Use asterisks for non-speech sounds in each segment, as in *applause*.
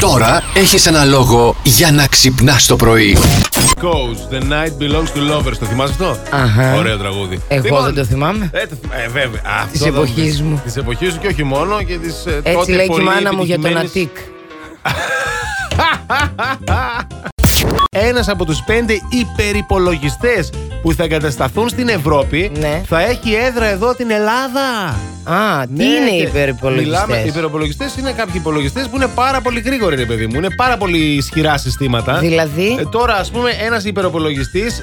Τώρα έχεις ένα λόγο για να ξυπνάς το πρωί. Coast, the night belongs to lovers. Το θυμάσαι αυτό? Αχα. Ωραίο τραγούδι. Εγώ δεν το θυμάμαι. Ε, το- ε, βέβαια. Αυτό Της το- εποχής μου. Της εποχής σου και όχι μόνο. Και της, ε, Έτσι τότε λέει και η πολύ μάνα μου για τον επιτυχημένης- Αττικ. Ένας από τους πέντε υπερυπολογιστές που θα εγκατασταθούν στην Ευρώπη Ναι. θα έχει έδρα εδώ την Ελλάδα. Α, τι Ναι, είναι οι και Μιλάμε, οι υπερυπολογιστές. υπερυπολογιστέ είναι κάποιοι υπολογιστές που είναι πάρα πολύ γρήγοροι, ρε παιδί μου. Είναι πάρα πολύ ισχυρά συστήματα. Δηλαδή, Ε, τώρα, ας πούμε, ένας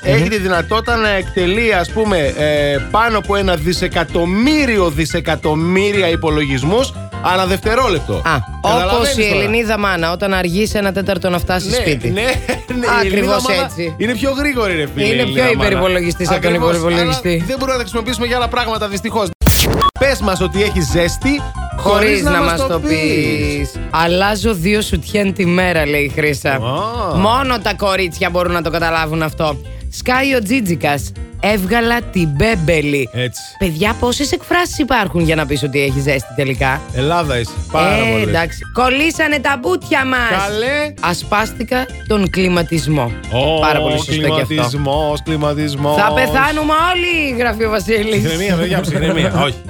έχει τη δυνατότητα να εκτελεί, ας πούμε, ε, πάνω από ένα δισεκατομμύριο δισεκατομμύρια υπολογισμούς ανά δευτερόλεπτο. α, όπω Καταλαβαίνεις η τώρα. Ελληνίδα μάνα, όταν αργείς ένα τέταρτο να φτάσεις ναι, σπίτι. Ναι, ναι, η Ακριβώς Ελληνίδα μάνα έτσι. Είναι πιο γρήγορη, ρε φίλε. Είναι η πιο Ελληνίδα μάνα. υπερυπολογιστής από τον Ακριβώς, υπερυπολογιστή. αλλά Δεν μπορούμε να τα χρησιμοποιήσουμε για άλλα πράγματα, δυστυχώς. Πες μας ότι έχεις ζέστη Χωρίς να, μας μας το πεις. πεις. Αλλάζω δύο σουτιέν τη μέρα, λέει η Χρύσα. Α. Μόνο τα κορίτσια μπορούν να το καταλάβουν αυτό. Σκάει ο Τζίτζικας. Έβγαλα την μπέμπελη. Έτσι. Παιδιά, πόσες εκφράσεις υπάρχουν για να πεις ότι έχει ζέστη τελικά. Ελλάδα είσαι. Πάρα ε, πολύ. εντάξει. Κολλήσανε τα μπουτια μας. Καλέ. Ασπάστηκα τον κλιματισμό. Πάρα πολύ σωστό και αυτό. Κλιματισμός, κλιματισμός. Θα πεθάνουμε όλοι, γράφει ο Βασίλης. Ψυχραιμία, παιδιά, *laughs* ψυχραιμία. Όχι.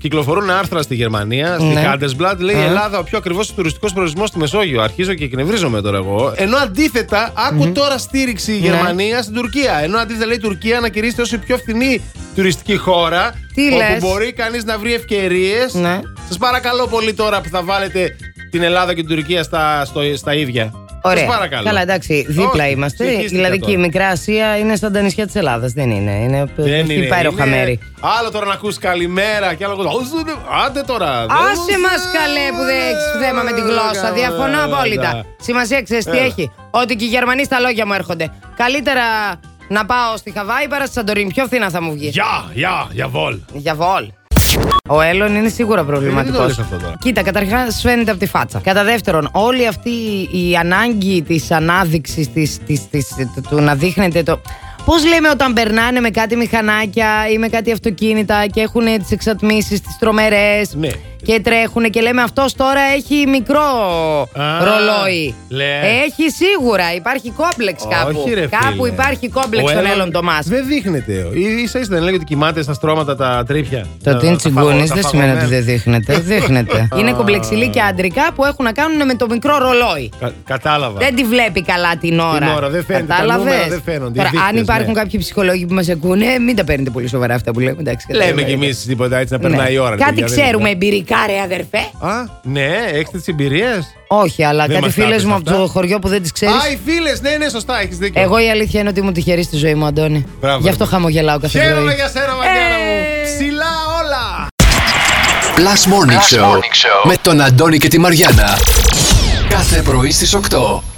Κυκλοφορούν άρθρα στη Γερμανία, στη Ναι. Κάντεσμπλατ. Λέει Α. Ελλάδα, ο πιο ακριβώ τουριστικός προορισμός στη Μεσόγειο. Αρχίζω και εκνευρίζομαι τώρα εγώ. Ενώ αντίθετα, άκου τώρα στήριξη η Ναι. Γερμανία στην Τουρκία. Ενώ αντίθετα λέει η Τουρκία να κηρύσσεται ως η πιο φθηνή τουριστική χώρα. Τι όπου λες? μπορεί κανείς να βρει ευκαιρίες. Ναι. Σας παρακαλώ πολύ τώρα που θα βάλετε την Ελλάδα και την Τουρκία στα, στο, στα ίδια. Ωραία. Σας παρακαλώ. Καλά, εντάξει, δίπλα Όχι, είμαστε. ψυχίστηκα Δηλαδή και η τώρα. Μικρά Ασία είναι σαν τα νησιά της Ελλάδας. Δεν είναι. είναι Δεν έχει είναι. πάει είναι- ροχαμέρι. Άλλο τώρα να ακούς καλημέρα και άλλο. «Ω, ζουνε». Άντε τώρα. Άσε μας καλέ που δεν έχεις θέμα με την γλώσσα. Διαφωνώ απόλυτα. Σημασία ξέρεις τι Έλα. έχει. Ότι και οι Γερμανοί στα λόγια μου έρχονται. Καλύτερα να πάω στη Χαβάη παρά στη Σαντορίνη. Πιο φθηνά θα μου βγει. Γεια, γεια, για βόλ. Για βόλ. Ο Έλλον είναι σίγουρα προβληματικός. Ε, Δεν το λες αυτό τώρα. Κοίτα, καταρχά φαίνεται από τη φάτσα. Κατά δεύτερον, όλη αυτή η ανάγκη της ανάδειξης της, της, της, του να δείχνεται το. Πώς λέμε όταν περνάνε με κάτι μηχανάκια ή με κάτι αυτοκίνητα και έχουν τις εξατμίσεις, τις τρομερές. Ναι. Και τρέχουν και λέμε αυτός τώρα έχει μικρό Α, ρολόι. λες. Έχει σίγουρα, υπάρχει κόμπλεξ κάπου. Όχι, ρε, κάπου φίλε. υπάρχει κόμπλεξ Ο στον Έλλον Έλλον Τομάς. Δεν δείχνεται. σα ίσα δεν λέει ότι κοιμάται στα στρώματα τα τρίπια. Το Τα- τι είναι τα τσιγκούνης φαγω- δεν τα σημαίνει ότι φαγωμένα. δεν *laughs* δείχνεται. Δείχνεται. Είναι κομπλεξιλή και αντρικά που έχουν να κάνουν με το μικρό ρολόι. Κα- Κατάλαβα. Δεν τη βλέπει καλά την ώρα. ώρα, δεν φαίνεται, τα Κατάλαβες? νούμερα δεν φαίνονται, οι Τώρα, αν δείκτες, υπάρχουν ναι. κάποιοι ψυχολόγοι που μας ακούνε, μην τα παίρνετε πολύ σοβαρά αυτά που λέμε. Εντάξει, Λέμε κατάλαβα. κι εμείς τίποτα έτσι να Ναι. περνάει η ώρα. ρε Κάτι παιδιά, δεν ξέρουμε είναι. εμπειρικά, ρε αδερφέ. Α, ναι, έχετε τις εμπειρίες. Όχι, αλλά Δεν κάτι μας τα φίλες είπες μου από αυτά. το χωριό που δεν τις ξέρεις. Α, οι φίλες, ναι, ναι, σωστά, έχεις δίκιο. Εγώ η αλήθεια είναι ότι μου τυχερή στη ζωή μου, Αντώνη. Μπράβο, Γι' αυτό ρε. χαμογελάω κάθε Χαίρομαι πρωί. για σένα, Βαγγέλα μου. Ε. Ψηλά όλα. Plus Morning, Show, με τον Αντώνη και τη Μαριάνα. Κάθε πρωί στις 8.